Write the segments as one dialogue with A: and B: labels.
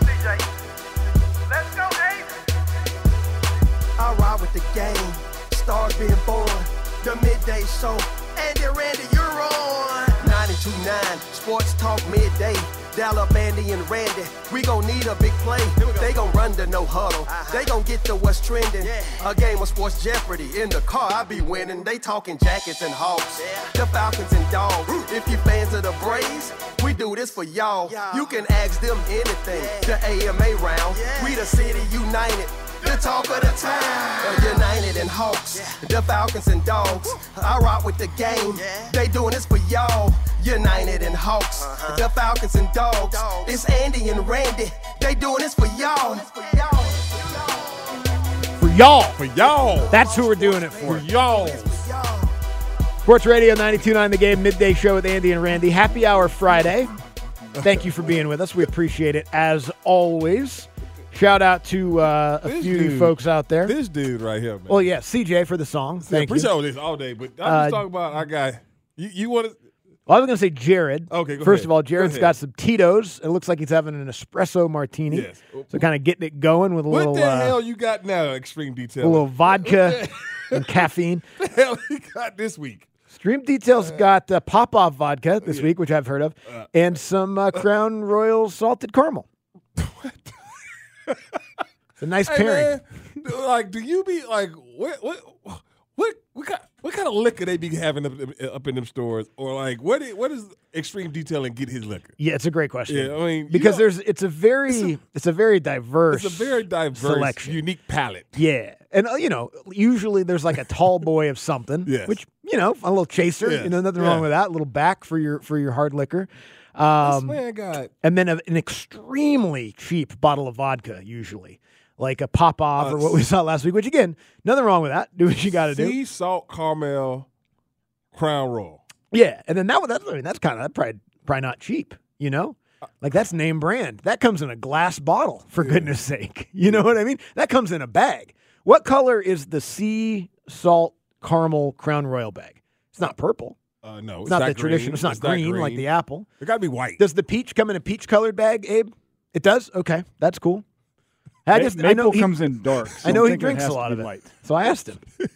A: DJ. Let's go,
B: I ride with the game, stars being born, the midday show, Andy Randy, you're on. 92.9, sports talk midday, Dollar Bandy and Randy, we gon' need a big play. They gon' run to no huddle, they gon' get to what's trending. A game of sports jeopardy, in the car I be winning. They talking jackets and hawks, the Falcons and dogs. If you fans of the Braves, we do this for y'all. You can ask them anything, the AMA round, we the city united. The talk of the town. The United and Hawks, the Falcons and Dogs. I rock with the game. They doing this for y'all. United and Hawks, the Falcons and Dogs. It's Andy and Randy. They doing this for y'all.
C: For y'all.
D: For y'all.
C: That's who we're doing it for.
D: For y'all.
C: Sports Radio 929 The Game, midday show with Andy and Randy. Happy Hour Friday. Thank you for being with us. We appreciate it as always. Shout out to uh, a
D: This
C: few
D: dude.
C: folks out there.
D: This dude right here, man.
C: well, Oh, yeah, CJ for the song.
D: I
C: Thank
D: appreciate
C: you.
D: all this all day, but I'm
C: Uh,
D: just talking about our guy. You, you want to?
C: Well, I was going to say Jared.
D: Okay, go
C: First
D: ahead.
C: of all,
D: Go
C: Jared's
D: ahead.
C: got some Tito's. It looks like he's having an espresso martini.
D: Yes.
C: So kind of getting it going with a
D: What
C: little
D: the
C: uh,
D: hell you got now? Extreme detail.
C: a little vodka and caffeine.
D: What the hell you got this week?
C: Stream Details got uh, pop off vodka this week, which I've heard of, and some uh, Crown Royal salted caramel. it's a nice
D: Hey
C: pairing.
D: man, do- like, do you be like what what what what kind, what kind of liquor they be having up, up in them stores, or like what i- what is extreme detail and get his liquor?
C: Yeah, it's a great question.
D: Yeah, I mean you
C: because
D: know,
C: there's it's a very it's a, very diverse
D: it's a very diverse,
C: selection.
D: unique palette.
C: yeah, and uh, you know, usually there's like a tall boy of something,
D: Yes.
C: which you know, a little chaser.
D: Yeah,
C: You know, nothing wrong
D: yeah.
C: with that. A little back for your for your hard liquor.
D: I
C: Um,
D: swear to God,
C: and then a, an extremely cheap bottle of vodka, usually like a pop off or
D: Uh,
C: what we saw last week. Which again, nothing wrong with that. Do what you got to do.
D: sea salt caramel crown roll.
C: Yeah, and then that one, that's I mean, that's kind of probably probably not cheap. You know, like that's name brand. That comes in a glass bottle. For goodness sake, you know what I mean? That comes in a bag. What color is the sea salt caramel crown royal bag? It's not purple.
D: Uh, no,
C: It's, not, the tradition. It's not Oh, green like the apple.
D: It got to be white.
C: Does the peach come in a peach colored bag, Abe? It does. Okay, that's cool. I just I know
E: Maple
C: he,
E: comes in dark. so
C: I know
E: I'm
C: he
E: thinking
C: drinks
E: has to
C: a lot
E: be
C: of it,
E: light.
C: so I asked him.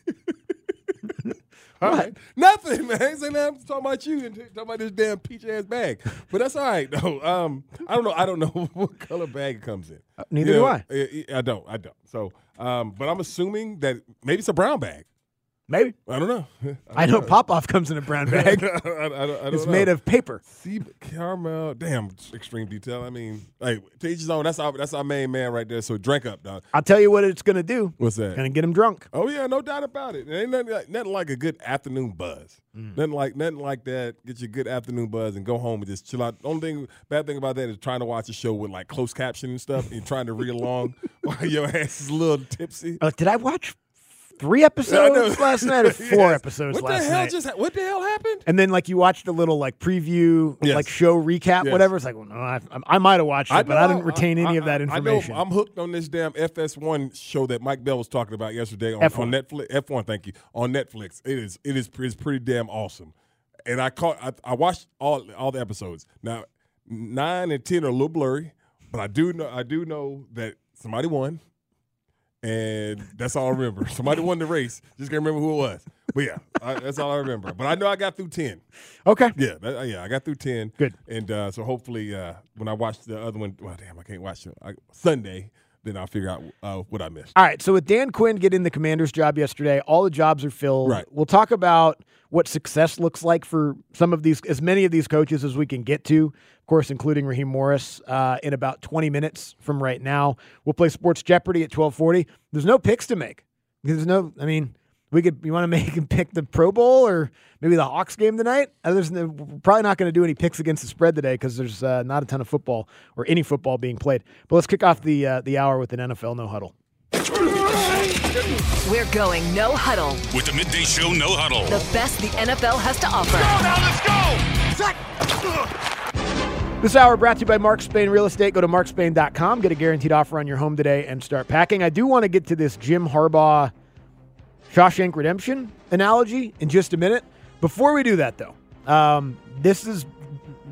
D: All
C: What?
D: right. Nothing, man. Ain't saying nothing. I'm talking about you and t- talking about this damn peach ass bag. But that's all right though. Um, I don't know. I don't know what color bag it comes in.
C: Uh, neither do I.
D: I. I don't. I don't. So, um, but I'm assuming that maybe it's a brown bag.
C: Maybe
D: I don't know.
C: I know pop off comes in a brown
D: I,
C: bag.
D: don't- I don't- I don't
C: It's
D: know.
C: made of paper.
D: sea caramel. Damn, extreme detail. I mean, hey, to each his own. That's our that's our main man right there. So drink up, dog.
C: I'll tell you what it's gonna do.
D: What's that?
C: Gonna get him drunk.
D: Oh yeah, no doubt about it. There ain't nothing like, nothing like a good afternoon buzz.
C: Mm.
D: Nothing like nothing like that. Get your good afternoon buzz and go home and just chill out. Only thing bad thing about that is trying to watch a show with like closed caption and stuff and trying to read along while your ass is a little tipsy.
C: Uh, did I watch three
D: I know.
C: episodes last night or four
D: Yes.
C: episodes
D: what
C: last
D: the hell
C: night?
D: Just ha- what the hell happened?
C: and then like you watched a little like preview,
D: Yes.
C: like show recap,
D: Yes.
C: whatever. It's like, well, no, I, I might have watched it, but I
D: know-
C: didn't retain any
D: I-
C: of that
D: I- I know
C: information.
D: I'm hooked on this damn FS1 show that Mike Bell was talking about yesterday on,
C: F1.
D: on Netflix. F1, thank you. On Netflix, it is it is it's pretty damn awesome. And I caught I, I watched all all the episodes. Now nine and ten are a little blurry, but I do know I do know that somebody won, and that's all I remember. somebody won the race. Just can't remember who it was. But yeah, I, that's all I remember. But I know I got through ten.
C: Okay.
D: Yeah, that, uh, yeah, I got through ten.
C: Good.
D: And uh, so hopefully, uh, when I watch the other one, well, damn, I can't watch it I, Sunday. Then I'll figure out uh, what I missed.
C: All right. So with Dan Quinn getting the commander's job yesterday, all the jobs are filled.
D: Right.
C: We'll talk about what success looks like for some of these, as many of these coaches as we can get to, of course, including Raheem Morris, uh, in about 20 minutes from right now. We'll play Sports Jeopardy at 1240. There's no picks to make. There's no, I mean, we could, you want to make and pick the Pro Bowl or maybe the Hawks game tonight? Uh, There's no, we're probably not going to do any picks against the spread today because there's uh, not a ton of football or any football being played. But let's kick off the, uh, the hour with an NFL no huddle.
F: We're going no huddle.
E: With the midday show, no huddle.
F: The best the NFL has to offer.
C: This hour brought to you by Mark Spain Real Estate. Go to markspain.com, get a guaranteed offer on your home today, and start packing. I do want to get to this Jim Harbaugh Shawshank Redemption analogy in just a minute. Before we do that, though, um, this is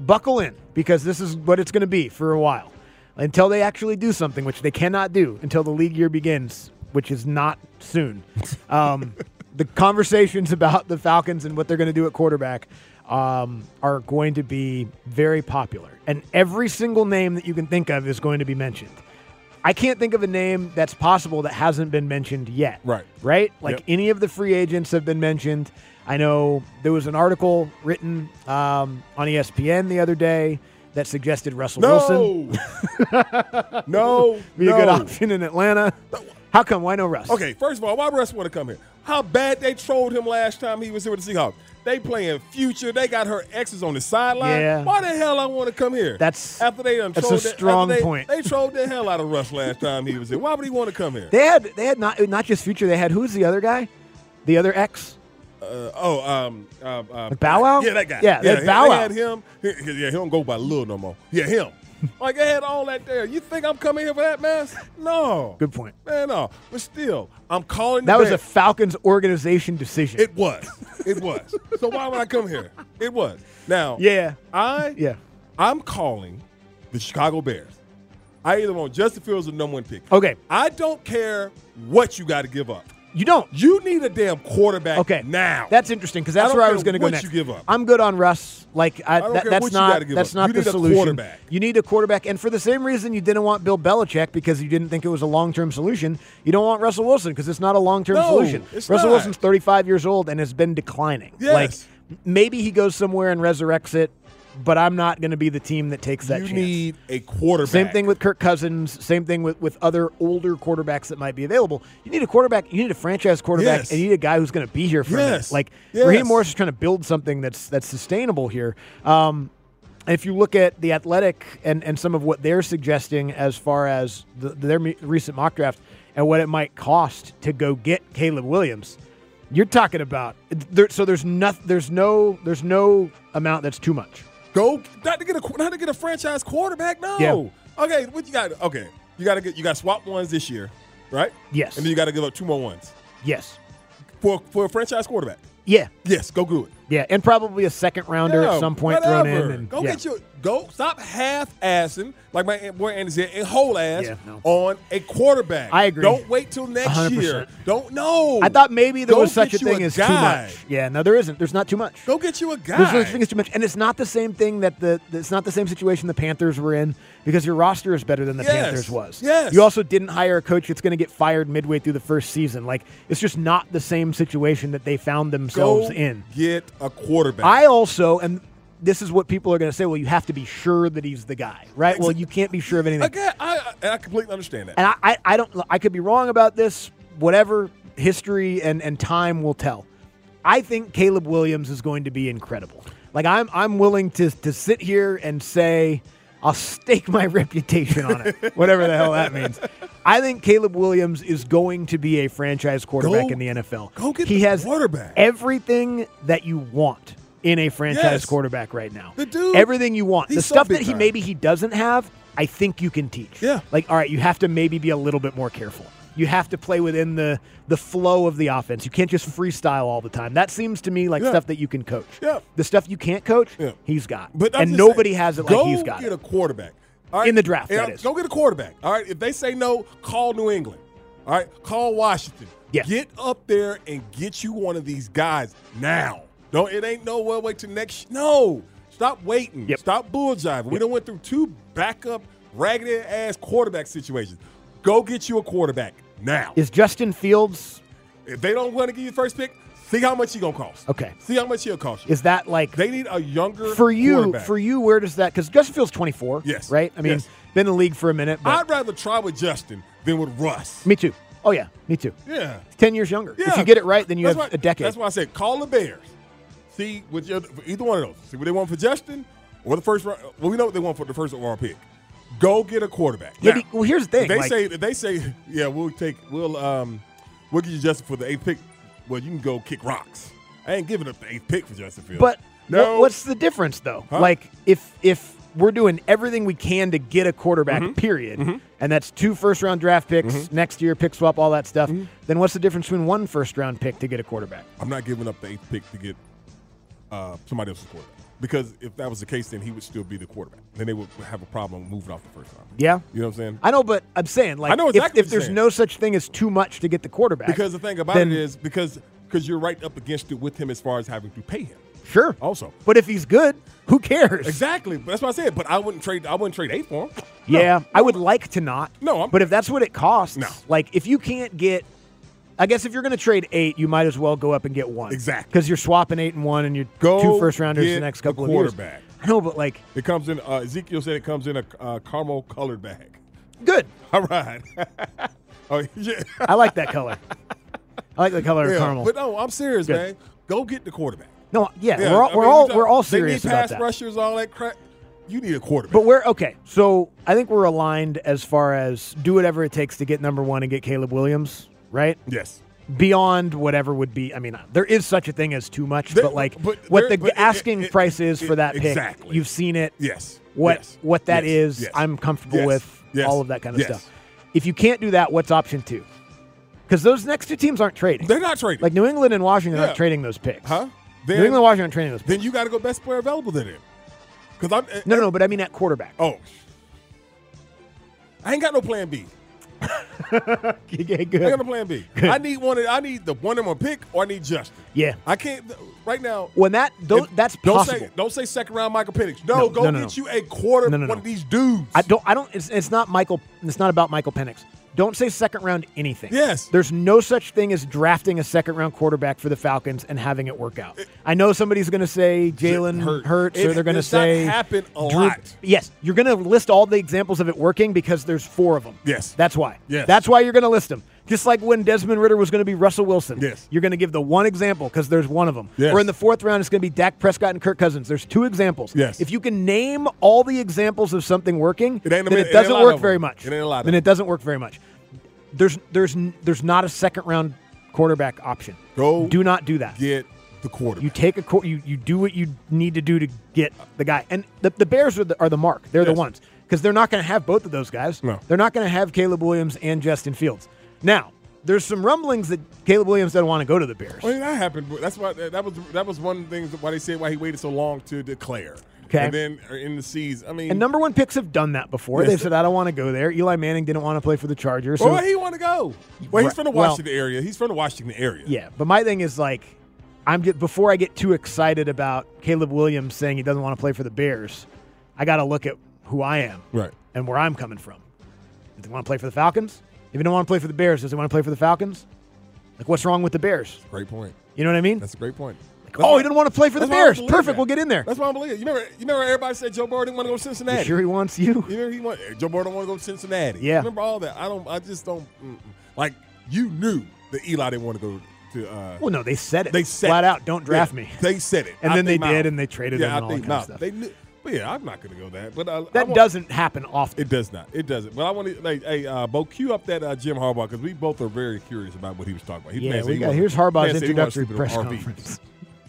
C: buckle in because this is what it's going to be for a while until they actually do something, which they cannot do until the league year begins, which is not soon. Um, the conversations about the Falcons and what they're going to do at quarterback um, are going to be very popular, and every single name that you can think of is going to be mentioned. I can't think of a name that's possible that hasn't been mentioned yet.
D: Right.
C: Right? Like
D: Yep.
C: any of the free agents have been mentioned. I know there was an article written um, on ESPN the other day that suggested Russell Wilson
D: No, no,
C: be
D: no.
C: a good option in Atlanta. How come? Why no Russ?
D: Okay, first of all, why Russ want to come here? How bad they trolled him last time he was here with the Seahawks. They playing future. They got her exes on the sideline.
C: Yeah.
D: Why the hell I want to come here?
C: That's-
D: after they done
C: that's a
D: trolled the- after
C: strong
D: they-
C: point.
D: They trolled the hell out of Russ last time he was here. Why would he want to come here?
C: They had they had not not just future. They had who's the other guy? The other ex?
D: Uh, oh, um, um, um,
C: Bow Wow?
D: Yeah, that guy.
C: Yeah, they had
D: they-
C: Bow
D: they
C: Wow.
D: had him. he- Yeah, he don't go by Lil no more. Yeah, him. like they had all that there. You think I'm coming here for that mess? No.
C: Good point.
D: Man, no. But still, I'm calling. the
C: That was a
D: Bears.
C: Falcons organization decision.
D: It was. It was. so why would I come here? It was. Now,
C: Yeah.
D: I
C: Yeah.
D: I'm calling the Chicago Bears. I either want Justin Fields or number one pick.
C: Okay.
D: I don't care what you got to give up.
C: You don't.
D: You need a damn quarterback
C: Okay.
D: now.
C: That's interesting because that's
D: I don't
C: where I
D: care
C: was going to go
D: what
C: next.
D: you give up.
C: I'm good on Russ. Like I,
D: don't
C: that-
D: care
C: that's
D: what you
C: not
D: gotta give
C: that's
D: up.
C: not
D: You
C: the
D: need a
C: solution.
D: quarterback.
C: You need a quarterback, and for the same reason you didn't want Bill Belichick because you didn't think it was a long term solution. You don't want Russell Wilson because it's not a long term
D: No,
C: solution.
D: it's
C: Russell
D: not.
C: Wilson's 35 years old and has been declining.
D: Yes.
C: Like m- maybe he goes somewhere and resurrects it, but I'm not going to be the team that takes that
D: you
C: chance.
D: need a quarterback.
C: Same thing with Kirk Cousins. Same thing with, with other older quarterbacks that might be available. You need a quarterback. You need a franchise quarterback,
D: Yes.
C: and you need a guy who's going to be here for a minute.
D: Yes.
C: Like
D: Yes.
C: Raheem Morris is trying to build something that's that's sustainable here. Um, if you look at the athletic and, and some of what they're suggesting as far as the, their me- recent mock draft and what it might cost to go get Caleb Williams, you're talking about there, so there's noth- there's no there's no amount that's too much.
D: Go not to get a not to get a franchise quarterback. No.
C: Yeah.
D: Okay, what you got? Okay, you got to get you got swap ones this year, right?
C: Yes.
D: And then you got to give up two more ones
C: Yes.
D: for for a franchise quarterback.
C: Yeah.
D: Yes, go do it.
C: Yeah, and probably a second rounder
D: Yeah,
C: at some point thrown in.
D: whatever.
C: And,
D: go
C: yeah.
D: get your go. Stop half assing like my boy Andy said, and whole ass
C: Yeah, no.
D: on a quarterback.
C: I agree.
D: Don't wait till next
C: 100%.
D: year. Don't know.
C: I thought maybe there
D: Go
C: was such a
D: get you
C: thing as too
D: guy.
C: much. Yeah, no, there isn't. There's not too much.
D: Go get you a guy.
C: There's no such thing as too much, and it's not the same thing that the it's not the same situation the Panthers were in because your roster is better than the
D: Yes.
C: Panthers was.
D: Yes.
C: You also didn't hire a coach that's going to get fired midway through the first season. Like it's just not the same situation that they found
D: go
C: themselves in.
D: get a quarterback.
C: I also and this is what people are going to say. Well, you have to be sure that he's the guy, right? Well, you can't be sure of anything.
D: Again, I, I I completely understand that.
C: and I, I, I don't I could be wrong about this. Whatever history and, and time will tell. I think Caleb Williams is going to be incredible. Like I'm I'm willing to to sit here and say I'll stake my reputation on it. whatever the hell that means. I think Caleb Williams is going to be a franchise quarterback
D: Go-
C: in the NFL.
D: go get
C: he
D: the
C: has
D: quarterback.
C: everything that you want in a franchise
D: Yes.
C: quarterback right now.
D: The dude-
C: everything you want.
D: he's
C: The
D: so
C: stuff
D: big
C: that he
D: time.
C: maybe he doesn't have, I think you can teach.
D: Yeah.
C: Like, all right, you have to maybe be a little bit more careful. You have to play within the the flow of the offense. You can't just freestyle all the time. That seems to me like
D: Yeah.
C: stuff that you can coach.
D: Yeah.
C: The stuff you can't coach,
D: Yeah.
C: he's got.
D: But I'm
C: and
D: just
C: nobody
D: saying,
C: has it like
D: go
C: he's got
D: Get
C: it.
D: a quarterback All right?
C: In the draft,
D: Yeah,
C: that is.
D: Go get a quarterback. All right. If they say no, call New England. All right, call Washington.
C: Yes.
D: Get up there and get you one of these guys now. No, it ain't no well wait till next. No, stop waiting.
C: Yep.
D: Stop bull jiving. We done went through two backup ragged ass quarterback situations. Go get you a quarterback now.
C: Is Justin Fields
D: if they don't want to give you the first pick, see how much he gonna cost.
C: Okay.
D: See how much he'll cost you.
C: is that like
D: they need a younger
C: for you
D: quarterback.
C: for you where does that because Justin Fields 24
D: Yes.
C: right I mean
D: Yes.
C: been in the league for a minute but
D: I'd rather try with Justin than with Russ.
C: me too oh yeah me too
D: Yeah.
C: 10 years younger
D: Yeah.
C: if you get it right then you
D: That's
C: have
D: why-
C: a decade
D: That's why I said call the Bears. See what you, for either one of those. See what they want for Justin or the first round. Well, we know what they want for the first overall pick. Go get a quarterback.
C: Yeah,
D: Now,
C: be- well here's the thing
D: if they
C: like-
D: say if they say yeah, we'll take we'll um we'll get you Justin for the eighth pick. Well, you can go kick rocks. I ain't giving up the eighth pick for Justin Fields.
C: But
D: no,
C: what- what's the difference though?
D: Huh?
C: Like if if we're doing everything we can to get a quarterback,
D: Mm-hmm.
C: period, and that's two first round draft picks next year, pick swap, all that stuff.
D: Mm-hmm.
C: Then what's the difference between one first round pick to get a quarterback?
D: I'm not giving up the eighth pick to get uh, somebody else's quarterback. Because if that was the case, then he would still be the quarterback. Then they would have a problem moving off the first round.
C: Yeah.
D: You know what I'm saying?
C: I know, but I'm saying like
D: I know
C: if-
D: exactly
C: if,
D: what you're
C: there's
D: saying.
C: no such thing as too much to get the quarterback,
D: Because the thing about
C: then-
D: it is because because you're right up against it with him as far as having to pay him.
C: sure,
D: Also.
C: but if he's good, who cares?
D: Exactly. But that's what I said. But I wouldn't trade. I wouldn't trade eight for him. No.
C: Yeah, I would like to not.
D: No, I'm-
C: but if that's what it costs,
D: No.
C: like if you can't get, I guess if you're going to trade eight, you might as well go up and get one.
D: Exactly.
C: because you're swapping eight and one, and you're
D: Go
C: two first rounders
D: get
C: the next
D: the
C: couple of years.
D: quarterback.
C: I know, but like,
D: It comes in. Uh, Ezekiel said it comes in a uh, caramel colored bag.
C: good.
D: All right. oh yeah.
C: I like that color. I like the color
D: Yeah.
C: of caramel.
D: But no, I'm serious,
C: Good.
D: man. Go get the quarterback.
C: no, yeah,
D: Yeah,
C: we're all,
D: I mean,
C: we're all
D: talk-
C: we're all
D: they need
C: serious about
D: pass
C: that.
D: rushers, all that crap. You need a quarterback.
C: But we're okay. So I think we're aligned as far as do whatever it takes to get number one and get Caleb Williams, right?
D: yes.
C: beyond whatever would be. I mean, there is such a thing as too much,
D: There-
C: but like
D: but
C: what
D: there-
C: the
D: but it-
C: asking
D: it-
C: price is
D: it-
C: for that pick.
D: exactly.
C: You've seen it.
D: Yes.
C: What
D: Yes.
C: what that
D: Yes.
C: is,
D: Yes.
C: I'm comfortable
D: Yes.
C: with
D: Yes.
C: all of that kind of
D: Yes.
C: stuff. If you can't do that, what's option two? Because those next two teams aren't trading.
D: They're not trading.
C: like New England and Washington
D: Yeah.
C: aren't trading those picks.
D: huh?
C: New England and Washington aren't trading those picks.
D: then you got to go best player available to them. Because I'm eh,
C: No, no, no, but I mean at quarterback.
D: Oh, I ain't got no plan B.
C: yeah,
D: I ain't
C: good.
D: got no plan B. I need one. Of, I need the one in my pick, or I need Justin.
C: Yeah.
D: I can't right now.
C: When that tho-
D: if-
C: that's
D: don't
C: possible.
D: say don't say second round Michael Penix. No,
C: No,
D: go
C: no, no,
D: get
C: no.
D: you a quarter
C: No, no,
D: one
C: no.
D: of these dudes.
C: I don't. I don't. It's, it's not Michael. It's not about Michael Penix. Don't say second round anything.
D: Yes.
C: There's no such thing as drafting a second round quarterback for the Falcons and having it work out. I know somebody's going to say Jalen
D: Hurts.
C: Hurts,
D: It-
C: or they're going to
D: it's not
C: say
D: happened a
C: Drew-
D: lot.
C: Yes, you're going to list all the examples of it working because there's four of them.
D: Yes.
C: That's why.
D: Yes.
C: That's why you're going to list them. Just like when Desmond Ritter was going to be Russell Wilson.
D: Yes.
C: You're going to give the one example because there's one of them.
D: Yes.
C: Or in the fourth round, it's going to be Dak Prescott and Kirk Cousins. There's two examples.
D: Yes.
C: If you can name all the examples of something working,
D: It ain't
C: then
D: a bit-
C: it
D: it ain't a
C: doesn't
D: lot
C: work
D: of
C: very
D: them.
C: much.
D: It ain't a lot of
C: Then
D: them.
C: it doesn't work very much. There's there's n- there's not a second round quarterback option.
D: Go
C: Do not do that.
D: get the quarterback.
C: You take a quar- you you do what you need to do to get the guy. And the, the Bears are the, are the mark. They're
D: Yes.
C: the ones because they're not going to have both of those guys.
D: No.
C: They're not going to have Caleb Williams and Justin Fields. Now, there's some rumblings that Caleb Williams doesn't want to go to the Bears.
D: Well, yeah, that happened. but That's why that was that was one of the things why they said why he waited so long to declare.
C: Okay.
D: and then or in the season, I mean,
C: And number one picks have done that before.
D: Yes.
C: They've said, "I don't want to go there." Eli Manning didn't want to play for the Chargers.
D: well,
C: so-
D: where he want to go? Well, he's
C: Right.
D: from the
C: Well-
D: Washington area. He's from the Washington area.
C: yeah, but my thing is like, I'm get, before I get too excited about Caleb Williams saying he doesn't want to play for the Bears, I got to look at who I am
D: right.
C: and where I'm coming from. Does he want to play for the Falcons? If he don't want to play for the Bears, does he want to play for the Falcons? Like, what's wrong with the Bears?
D: Great point.
C: You know what I mean?
D: That's a great point.
C: oh, he didn't want to play for the
D: that's why I
C: Bears.
D: believe
C: Perfect.
D: that.
C: We'll get in there.
D: That's why I believe it. You remember, you remember everybody said Joe Burrow didn't want to go to
C: You
D: Cincinnati.
C: sure he wants you?
D: You remember he want, Joe Burrow don't want to go to Cincinnati.
C: Yeah.
D: Remember all that. I don't. I just don't. Mm-mm. Like you knew that Eli didn't want to go to. Uh,
C: Well, no, they said it.
D: they said
C: flat
D: it.
C: out, don't draft
D: Yeah,
C: me.
D: They said it,
C: And
D: out
C: then they
D: their
C: did,
D: mouth.
C: and they traded
D: yeah,
C: him
D: out
C: and all
D: their
C: that kind of
D: mouth.
C: stuff.
D: They knew, but yeah, I'm not going to go that. But I, I
C: That
D: want-
C: doesn't happen often.
D: It does not. It doesn't. But I want to like, hey, uh, Bo, cue up that uh, Jim Harbaugh because we both are very curious about what he was talking about. He
C: Yeah,
D: man said
C: we
D: he
C: got,
D: wanted-
C: here's
D: man
C: Harbaugh's
D: said he wanted to
C: introductory
D: sleep in
C: press
D: an RV.
C: conference.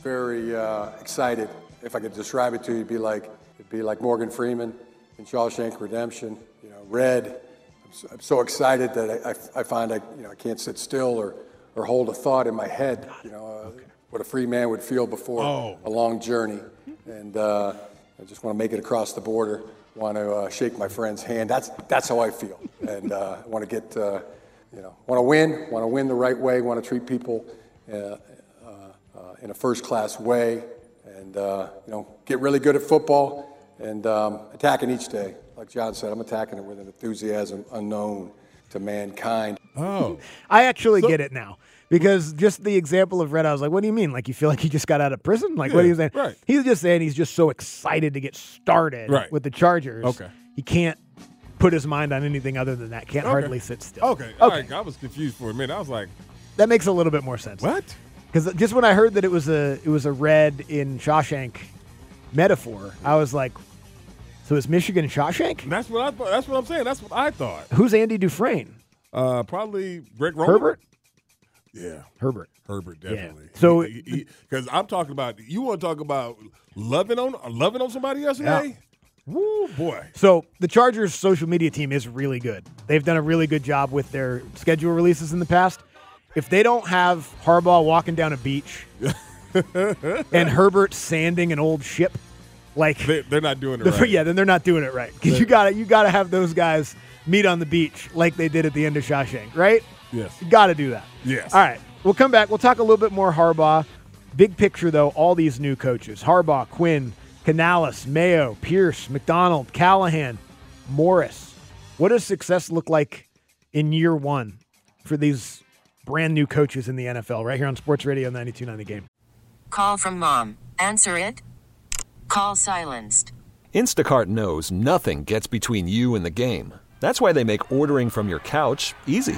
G: very uh, excited. If I could describe it to you, it'd be like it'd be like Morgan Freeman in Shawshank Redemption. You know, red. I'm so, I'm so excited that I, I, I find I you know I can't sit still or or hold a thought in my head. You know, uh, what a free man would feel before a long journey. And uh, I just want to make it across the border. Want to uh, shake my friend's hand. That's that's how I feel. And uh, I want to get. Uh, you know, want to win, want to win the right way, want to treat people uh, uh, uh, in a first-class way, and uh, you know, get really good at football and um, attacking each day. Like John said, I'm attacking it with an enthusiasm unknown to mankind.
D: Oh,
C: I actually get it now because just the example of Red, I was like, "What do you mean? Like you feel like he just got out of prison? Like what are
D: Yeah,
C: you saying?"
D: right.
C: He's just saying he's just so excited to get started
D: Right.
C: with the Chargers.
D: Okay.
C: he can't put his mind on anything other than that. Can't hardly sit still.
D: okay. All right, I was confused for a minute. I was like,
C: that makes a little bit more sense.
D: what?
C: Because just when I heard that it was a it was a red in Shawshank metaphor, I was like, "So is Michigan Shawshank?
D: That's what I thought. That's what I'm saying. That's what I thought.
C: Who's Andy Dufresne?
D: Uh, probably Greg Roman.
C: Herbert?
D: Yeah.
C: Herbert.
D: Herbert definitely.
C: So-
D: because I'm talking about you want to talk about loving on loving on somebody yesterday. Woo boy.
C: So the Chargers' social media team is really good. They've done a really good job with their schedule releases in the past. If they don't have Harbaugh walking down a beach and Herbert sanding an old ship, like
D: They, they're not doing it right.
C: yeah, then they're not doing it right. 'Cause you gotta you gotta have those guys meet on the beach like they did at the end of Shawshank, right?
D: Yes.
C: You gotta do that.
D: Yes.
C: All right. We'll come back. We'll talk a little bit more Harbaugh. Big picture though, all these new coaches. Harbaugh, Quinn, Canales, Mayo, Pierce, McDonald, Callahan, Morris. What does success look like in year one for these brand new coaches in the NFL right here on Sports Radio 929 the game?
F: Call from mom. Answer it. Call silenced.
H: Instacart knows nothing gets between you and the game. That's why they make ordering from your couch easy.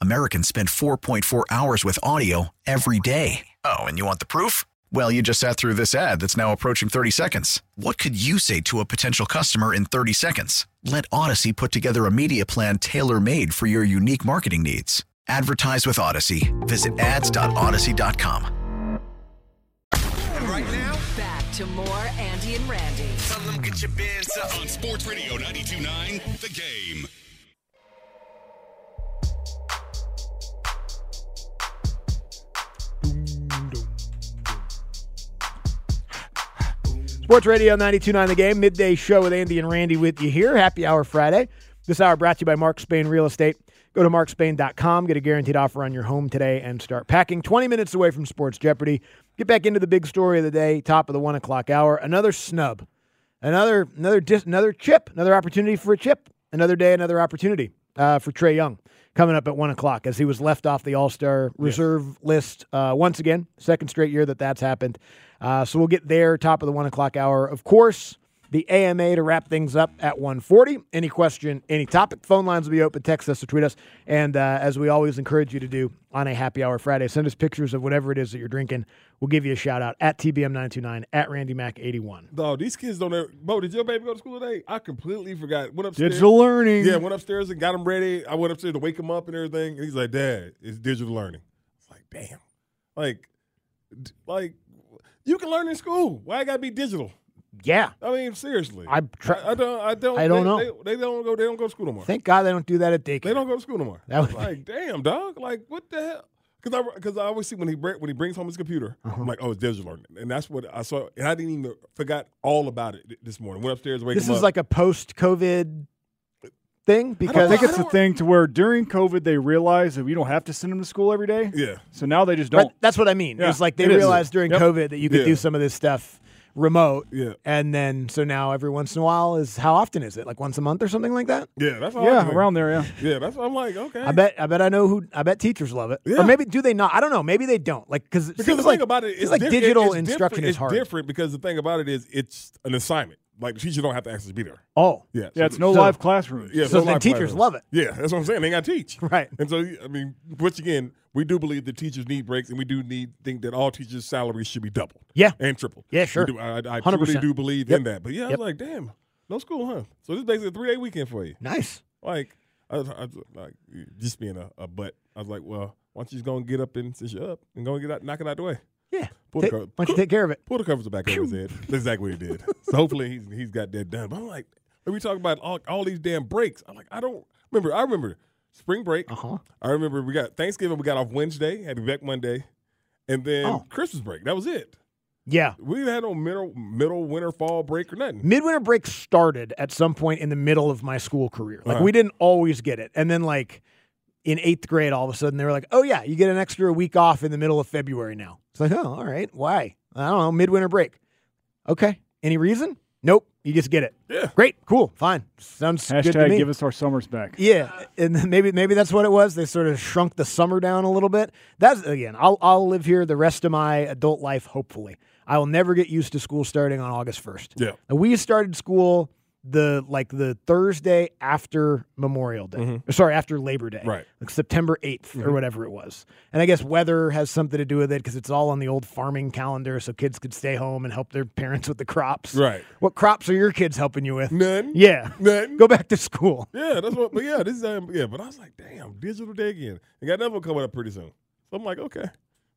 I: Americans spend 4.4 hours with audio every day. Oh, and you want the proof? Well, you just sat through this ad that's now approaching 30 seconds. What could you say to a potential customer in 30 seconds? Let Odyssey put together a media plan tailor made for your unique marketing needs. Advertise with Odyssey. Visit ads.odyssey.com.
J: Back to more Andy and Randy.
E: On Sports Radio 92.9, The Game.
C: Sports Radio 929 The Game, midday show with Andy and Randy with you here. Happy Hour Friday. This hour brought to you by Mark Spain Real Estate. Go to markspain.com, get a guaranteed offer on your home today, and start packing. 20 minutes away from Sports Jeopardy. Get back into the big story of the day, top of the one o'clock hour. Another snub, another another dis, another chip, another opportunity for a chip, another day, another opportunity uh, for Trey Young coming up at one o'clock as he was left off the All Star reserve list uh, once again. Second straight year that that's happened. Uh, so we'll get there top of the one o'clock hour. Of course, the AMA to wrap things up at 1:40. Any question, any topic, phone lines will be open. Text us or tweet us. And uh, as we always encourage you to do on a happy hour Friday, send us pictures of whatever it is that you're drinking. We'll give you a shout out at TBM929 at Randy Mac 81.
D: Dog, these kids don't ever. Bo, did your baby go to school today? I completely forgot. Went upstairs.
C: Digital learning.
D: Yeah, went upstairs and got him ready. I went upstairs to wake him up and everything. And he's like, Dad, it's digital learning. It's like, damn. Like, d- like you can learn in school. Why it gotta be digital?
C: Yeah.
D: I mean, seriously.
C: I'm try-
D: I, I don't. I don't.
C: I don't
D: they,
C: know.
D: They, they don't go. They don't go to school no more.
C: Thank God they don't do that at daycare.
D: They don't go to school no more.
C: That would be-
D: like, damn, dog. Like, what the hell? Because I, cause I always see when he br- when he brings home his computer,
C: Uh-huh.
D: I'm like, oh, it's digital learning, and that's what I saw. And I didn't even forgot all about it th- this morning. Went upstairs, wake
C: This
D: him
C: is
D: up.
C: like a post-COVID thing because
D: I think
K: I think it's
D: don't-
K: a thing to where during COVID they realized that you don't have to send them to school every day.
D: yeah,
K: So now they just
C: Right,
K: don't.
C: that's what I mean.
K: Yeah,
C: it's like they
K: it is.
C: realized during
K: Yep.
C: COVID that you could
D: Yeah.
C: do some of this stuff remote.
D: Yeah.
C: And then so now every once in a while is how often is it? Like once a month or something like that?
D: yeah, that's all I
K: Yeah,
D: think.
K: around there. Yeah.
D: Yeah, that's what I'm like. Okay,
C: I bet I bet I know who I bet teachers love it.
D: Yeah.
C: Or maybe do they not? I don't know. Maybe they don't. Like cuz it
D: because
C: seems
D: the thing
C: like,
D: about it
C: seems
D: is
C: like
D: diff- it-
C: digital
D: it's
C: instruction
D: different-
C: is hard.
D: It's different because the thing about it is it's an assignment. Like the teachers don't have to actually be there.
C: Oh.
D: Yeah,
K: Yeah,
D: so-
K: it's no
C: So-
K: live classroom.
D: Yeah,
C: So
D: no
C: then
D: live
C: teachers
D: classroom.
C: love it.
D: Yeah, that's what I'm saying. They got to teach.
C: Right.
D: And so, I mean, which again, we do believe that teachers need breaks, and we do need think that all teachers' salaries should be doubled.
C: Yeah.
D: And tripled.
C: Yeah,
D: We
C: sure.
D: do- I, I truly
C: 100%.
D: do believe in that. But yeah, I
C: Yep.
D: was like, damn, no school, huh? So this is basically a three day weekend for you.
C: Nice.
D: Like, I was, I was like, just being a, a butt. I was like, well, why don't you just go and get up and since you're up and go and get out, knock it out the way.
C: Yeah.
D: Pull
C: Take- why don't you take care of it?
D: Pull the covers back over his head. That's exactly what he did. so hopefully he's he's got that done. But I'm like, when we talk about all, all these damn breaks, I'm like, I don't remember. I remember spring break. Uh-huh. I remember we got Thanksgiving. We got off Wednesday. Had to be back Monday, and then
C: Oh.
D: Christmas break. That was it.
C: Yeah.
D: We didn't have no middle middle winter fall break or nothing.
C: Midwinter break started at some point in the middle of my school career. Like
D: Uh-huh.
C: we didn't always get it. And then like in eighth grade, all of a sudden they were like, "Oh yeah, you get an extra week off in the middle of February now." It's like, "Oh, all right. Why? I don't know. Midwinter break. Okay. Any reason? Nope. You just get it.
D: Yeah.
C: Great. Cool. Fine. Sounds good to
K: Hashtag
C: me.
K: give us our summers back.
C: Yeah, and then maybe maybe that's what it was. They sort of shrunk the summer down a little bit. That's again, I'll I'll live here the rest of my adult life. Hopefully, I will never get used to school starting on August first.
D: Yeah.
C: we started school the like the Thursday after Memorial Day. Or Sorry, after Labor Day.
D: Mm-hmm. Right. Mm-hmm.
C: like September 8th or whatever it was. And I guess weather has something to do with it because it's all on the old farming calendar, so kids could stay home and help their parents with the crops.
D: Right.
C: What crops are your kids helping you with?
D: None.
C: Yeah.
D: None.
C: Go back to school.
D: Yeah, that's what. But yeah, this is um, yeah. But I was like, damn, digital day again. And got another one coming up pretty soon. So I'm like, okay,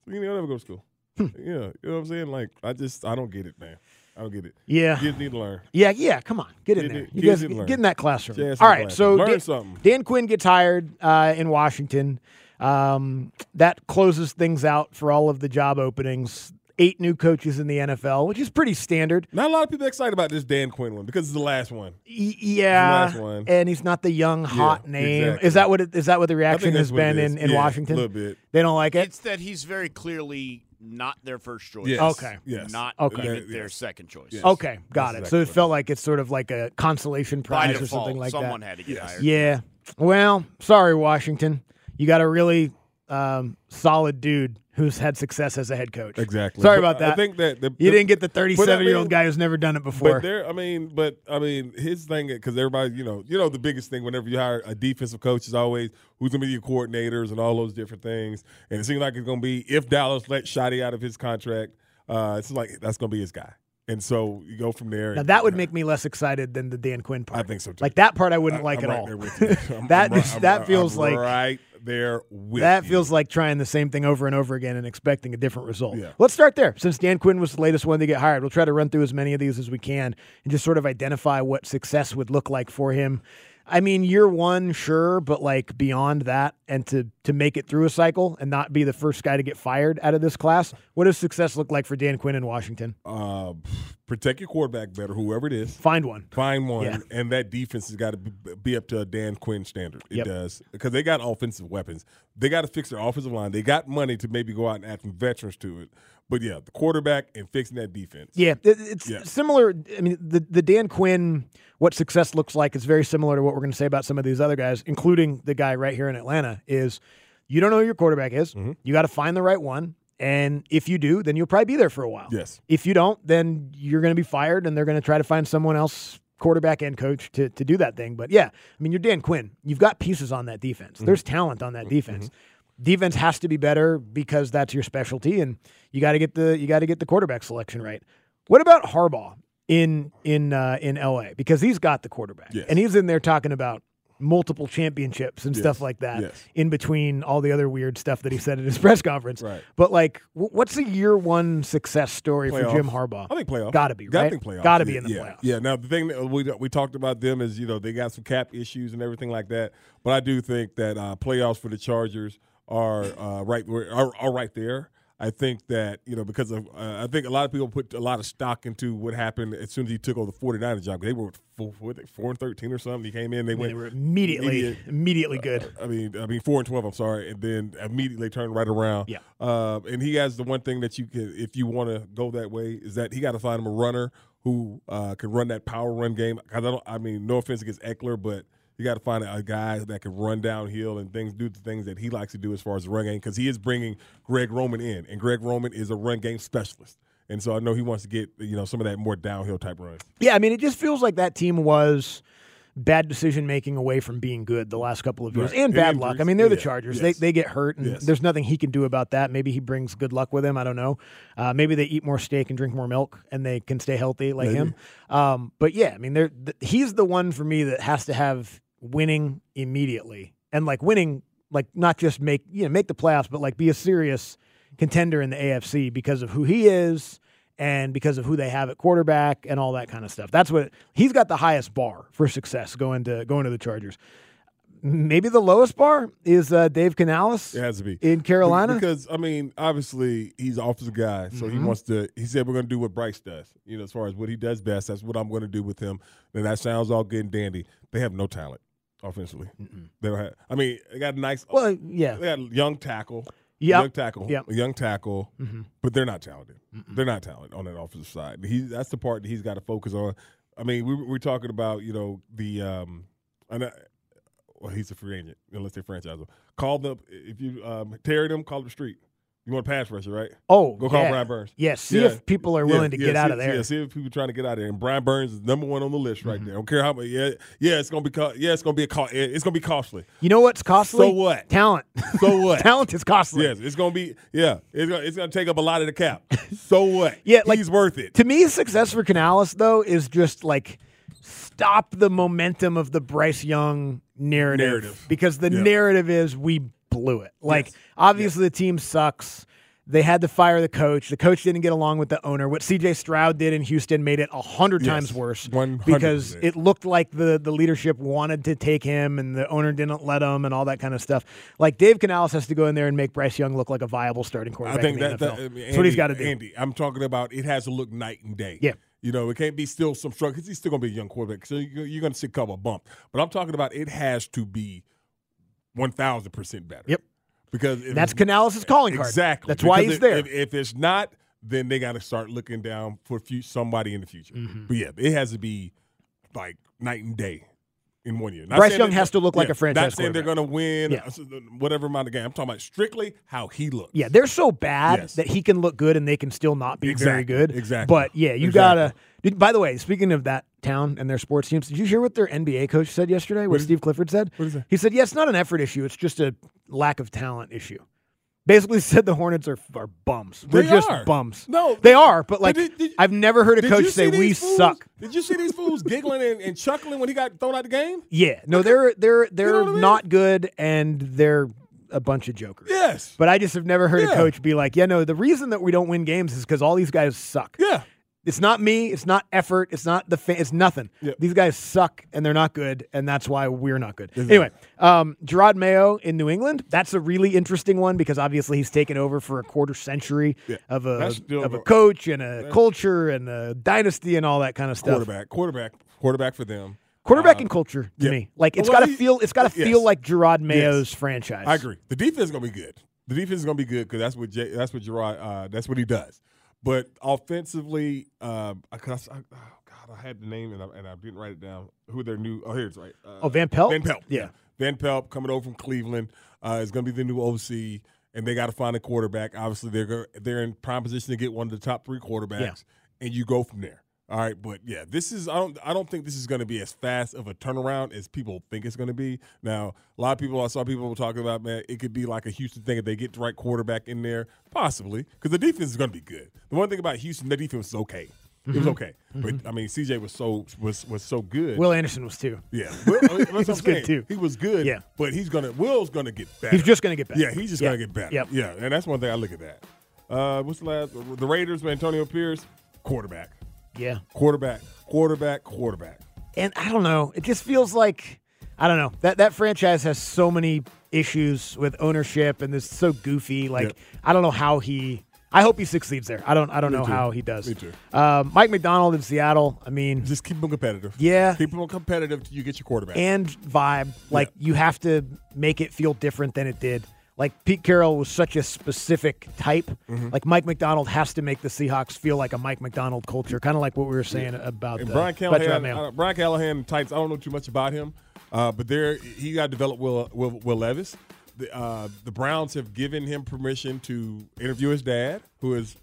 D: so you know, I'll never go to school.
C: Hmm.
D: yeah, you know what I'm saying? Like, I just I don't get it, man. I don't get it.
C: Yeah.
D: kids need to learn.
C: Yeah, yeah, come on. Get in
D: Kid-
C: there.
D: kid
C: You guys
D: didn't
C: get,
D: learn.
C: get in that classroom.
D: Jazz in the
C: All right,
D: classroom.
C: so
D: Learn
C: Dan,
D: something.
C: Dan Quinn gets hired uh, in Washington. Um, that closes things out for all of the job openings. Eight new coaches in the NFL, which is pretty standard.
D: Not a lot of people excited about this Dan Quinn one because it's the last
C: Y-
D: one.
C: e, yeah,
D: Last one.
C: and he's not the young hot name.
D: exactly.
C: Is that what it, is that what the reaction
D: that's
C: has
D: what it
C: been
D: is.
C: in, in
D: Yeah,
C: Washington?
D: little bit.
C: They don't like it.
L: It's that he's very clearly not their first choice.
D: Yes.
C: Okay. Oh,
D: Yes.
L: Not
C: Okay.
L: even
D: Yeah, yes.
L: their second choice.
D: Yes.
C: Okay, got
D: That's
C: it. So
D: exactly
C: it
D: what
C: felt like it's sort of like a consolation
L: By
C: prize
L: default,
C: or something like that.
L: someone had to get hired.
C: Yeah. Well, sorry, Washington. You got a really um, solid dude who's had success as a head coach.
D: Exactly.
C: Sorry
D: But
C: about that.
D: I think that the-
C: you
D: the-
C: didn't get the
D: but I
C: 37 year old
D: mean-
C: guy who's never done it before.
D: But there, I mean, but I mean, his thing because everybody, you know, you know, the biggest thing whenever you hire a defensive coach is always who's going to be your coordinators and all those different things. And it seems like it's going to be if Dallas let Shoddy out of his contract, uh, it's like that's going to be his guy. And so you go from there.
C: Now
D: and-
C: that would make me less excited than the Dan Quinn part.
D: I think so, too.
C: Like that part, I wouldn't
D: I-
C: like
D: I'm
C: at
D: right
C: all.
D: there with you. I'm-
C: that
D: I'm right-
C: is-
D: I'm
C: that
D: right-
C: feels
D: I'm
C: like
D: right there with
C: that
D: you.
C: feels like trying the same thing over and over again and expecting a different result.
D: Yeah.
C: Let's start there. Since Dan Quinn was the latest one to get hired, we'll try to run through as many of these as we can and just sort of identify what success would look like for him. I mean, year one, sure, but like beyond that, and to to make it through a cycle and not be the first guy to get fired out of this class, what does success look like for Dan Quinn in Washington?
D: uh, protect your quarterback better, whoever it is.
C: Find one.
D: Find one,
C: Yeah.
D: and that defense has got to be be up to a Dan Quinn standard. It
C: Yep.
D: does because they got offensive weapons. They got to fix their offensive line. They got money to maybe go out and add some veterans to it. But yeah, the quarterback and fixing that defense.
C: Yeah, it- it's
D: Yeah.
C: similar. I mean, the the Dan Quinn what success looks like is very similar to what we're going to say about some of these other guys, including the guy right here in Atlanta. Is you don't know who your quarterback is.
D: Mm-hmm.
C: You got to find the right one, and if you do, then you'll probably be there for a while.
D: Yes.
C: If you don't, then you're going to be fired, and they're going to try to find someone else, quarterback and coach, to to do that thing. But yeah, I mean, you're Dan Quinn. You've got pieces on that defense.
D: Mm-hmm.
C: There's talent on that defense. Defense has to be better because that's your specialty, and you got to get the you got to get the quarterback selection right. What about Harbaugh in in uh, in LA? Because he's got the quarterback,
D: Yes.
C: and he's in there talking about multiple championships and stuff
D: Yes.
C: like that
D: Yes.
C: in between all the other weird stuff that he said at his press conference.
D: Right.
C: But like, wh- what's a year one success story for
D: Playoffs.
C: Jim Harbaugh?
D: I think playoff.
C: Gotta be,
D: I
C: right?
D: think playoff.
C: Gotta be
D: Yeah,
C: in the
D: yeah,
C: playoffs.
D: Yeah. Now the thing that we we talked about them is you know they got some cap issues and everything like that. But I do think that uh, playoffs for the Chargers are uh, right where- are, are right there. I think that you know because of uh, I think a lot of people put a lot of stock into what happened as soon as he took over the 49ers job. They were four, what, they, four and thirteen or something. He came in, they
C: I mean,
D: went
C: they were immediately
D: immediate-
C: immediately good.
D: I mean, I mean, four and twelve. I'm sorry, and then immediately turned right around.
C: Yeah.
D: Uh, and he has the one thing that you can, if you want to go that way, is that he got to find him a runner who uh, can run that power run game. 'Cause I don't. I mean, no offense against Eckler, but you got to find a guy that can run downhill and things do the things that he likes to do as far as the run game because he is bringing Greg Roman in, and Greg Roman is a run game specialist. And so I know he wants to get you know some of that more downhill type runs.
C: Yeah, I mean, it just feels like that team was bad decision making away from being good the last couple of years,
D: Right.
C: and
D: And
C: bad
D: injuries.
C: luck. I mean, they're the
D: Yeah,
C: Chargers;
D: yes.
C: they they get hurt, and
D: Yes.
C: there's nothing he can do about that. Maybe he brings good luck with him. I don't know. Uh, maybe they eat more steak and drink more milk, and they can stay healthy like him. Um, but yeah, I mean, they're th- he's the one for me that has to have winning immediately and like winning, like not just make you know make the playoffs, but like be a serious contender in the AFC because of who he is and because of who they have at quarterback and all that kind of stuff. That's what he's got the highest bar for success going to going to the Chargers. Maybe the lowest bar is uh, Dave Canales.
D: It has to be
C: in Carolina.
D: because I mean, obviously he's an offensive guy, so he
C: Mhm.
D: wants to. He said we're going to do what Bryce does. You know, as far as what he does best, that's what I'm going to do with him. And that sounds all good and dandy. They have no talent offensively. They don't have. I mean, they got a nice.
C: Well, yeah,
D: they got a young tackle.
C: Yep.
D: young tackle.
C: Yep.
D: a young tackle.
C: Mhm.
D: But they're not talented. They're not talented on that offensive side. He that's the part that he's got to focus on. I mean, we, we're talking about you know the. um and I- well, he's a free agent unless they franchise him. Call them if you um, tear them. Call up the street. You want a pass rusher, right?
C: Oh,
D: go call
C: yeah.
D: Brian Burns.
C: Yeah, see if people are willing to get
D: see
C: out
D: if-
C: of there. Mm-hmm.
D: Yeah, see if people trying to get out of there. And Brian Burns is number one on the list right there. I don't care how much. Yeah, yeah, it's gonna be. Co- yeah, it's gonna be a. Co- it's gonna be costly.
C: You know what's costly?
D: So what?
C: Talent.
D: So what?
C: Talent is costly.
D: Yes, it's gonna be. Yeah, it's gonna, it's gonna take up a lot of the cap. so what?
C: Yeah, like
D: he's worth it.
C: To me, success for Canales though is just like stop the momentum of the Bryce Young narrative,
D: Narrative.
C: because the
D: Yeah.
C: narrative is we blew it. Like obviously the team sucks. They had to fire the coach. The coach didn't get along with the owner. What C.J. Stroud did in Houston made it a hundred times worse because
D: 100%.
C: it looked like the the leadership wanted to take him and the owner didn't let him and all that kind of stuff. Like Dave Canales has to go in there and make Bryce Young look like a viable starting quarterback.
D: I think
C: in the NFL.
D: that, that- I mean,
C: That's what he's
D: Andy-
C: got to do.
D: Andy, I'm talking about it has to look night and day.
C: Yeah.
D: You know, it can't be still some struggle 'cause he's still going to be a young quarterback. So you- you're going to see a couple of bump. But I'm talking about it has to be 1,000% better.
C: Yep.
D: Because if
C: That's
D: it's-
C: Canales' calling card.
D: Exactly.
C: That's why
D: Because
C: he's
D: if-
C: there.
D: If, if it's not, then they got to start looking down for few, somebody in the future.
C: Mm-hmm.
D: But yeah, it has to be like night and day in one year. Not
C: Bryce
D: saying
C: Young
D: that-
C: has to look like a
D: Not
C: franchise
D: saying they're going to win
C: Yeah.
D: whatever amount of game. I'm talking about strictly how he looks.
C: Yeah, they're so bad
D: Yes.
C: that he can look good and they can still not be very
D: Exactly,
C: good.
D: exactly,
C: But yeah, you
D: exactly.
C: gotta. Did, by the way, speaking of that town and their sports teams, did you hear what their NBA coach said yesterday? What, Steve Clifford said? What is that? He said, "Yeah, it's not an effort issue. It's just a lack of talent issue." Basically, said the Hornets are are bums.
D: They
C: They're just
D: are.
C: bums.
D: No,
C: they are. But like,
D: did- did-
C: I've never heard a
D: Did
C: coach
D: you
C: say
D: see these
C: we
D: fools-
C: suck.
D: Did you see these fools giggling and, and chuckling when he got thrown out the game?
C: Yeah, no, they're they're they're
D: know what I mean?
C: not good, and they're a bunch of jokers.
D: Yes.
C: But I just have never heard a
D: Yeah.
C: coach be like, "Yeah, no, the reason that we don't win games is because all these guys suck."
D: Yeah.
C: It's not me. It's not effort. It's not the. Fa- it's nothing.
D: Yeah.
C: These guys suck, and they're not good, and that's why we're not good. Anyway, um, Gerard Mayo in New England. That's a really interesting one because obviously he's taken over for a quarter century
D: Yeah.
C: of a
D: That's still
C: of a
D: go-
C: coach and a culture and a dynasty and all that kind of stuff.
D: Quarterback, quarterback, quarterback for them.
C: Quarterback
D: Um,
C: and culture to
D: yeah.
C: me. Like it's
D: Well,
C: got to
D: he- uh,
C: feel. It's got to
D: yes.
C: feel like Gerard Mayo's franchise.
D: I agree. The defense is gonna be good. The defense is gonna be good because that's what Jay, that's what Gerard uh, that's what he does. But offensively, um, I, 'cause I, oh God, I had the name and I, and I didn't write it down. Who their new? Oh, here it's right. Uh,
C: Oh, Van Pelt?
D: Van Pelt.
C: Yeah.
D: Van Pelt coming over from Cleveland uh, is gonna be the new OC, and they got to find a quarterback. Obviously, they're go- they're in prime position to get one of the top three quarterbacks, and you go from there. All right, but yeah, this is I don't I don't think this is going to be as fast of a turnaround as people think it's going to be. Now, a lot of people I saw people were talking about man, it could be like a Houston thing if they get the right quarterback in there, possibly because the defense is going to be good. The one thing about Houston, the defense is okay. It was okay, but I mean, CJ was so was was so good.
C: Will Anderson was too.
D: yeah, Will, I mean, that's what I'm
C: was good
D: saying.
C: too.
D: He was good.
C: Yeah.
D: but he's gonna Will's gonna get better.
C: He's just gonna get better.
D: Yeah, he's just
C: Yeah.
D: gonna get better.
C: Yep.
D: Yeah, and that's one thing I look at that. Uh, what's the last? The Raiders, with Antonio Pierce, quarterback,
C: Yeah.
D: quarterback, quarterback, quarterback.
C: And I don't know. It just feels like I don't know. That that franchise has so many issues with ownership and it's so goofy. Like I don't know how he I hope he succeeds there. I don't I don't know
D: too.
C: how he does.
D: Me too.
C: Um, Mike McDonald in Seattle, I mean
D: Just keep them competitive.
C: Yeah.
D: keep them competitive till you get your quarterback.
C: and vibe. Like you have to make it feel different than it did. Like Pete Carroll was such a specific type.
D: Mm-hmm.
C: Like Mike McDonald has to make the Seahawks feel like a Mike McDonald culture, kind of like what we were saying about
D: and
C: the-
D: Brian
C: about Gerard
D: Callahan,
C: Mayo.
D: uh, Brian Callahan and Titans. I don't know too much about him, uh, but there he got developed Will Will, Will Levis. The, uh, the Browns have given him permission to interview his dad, who is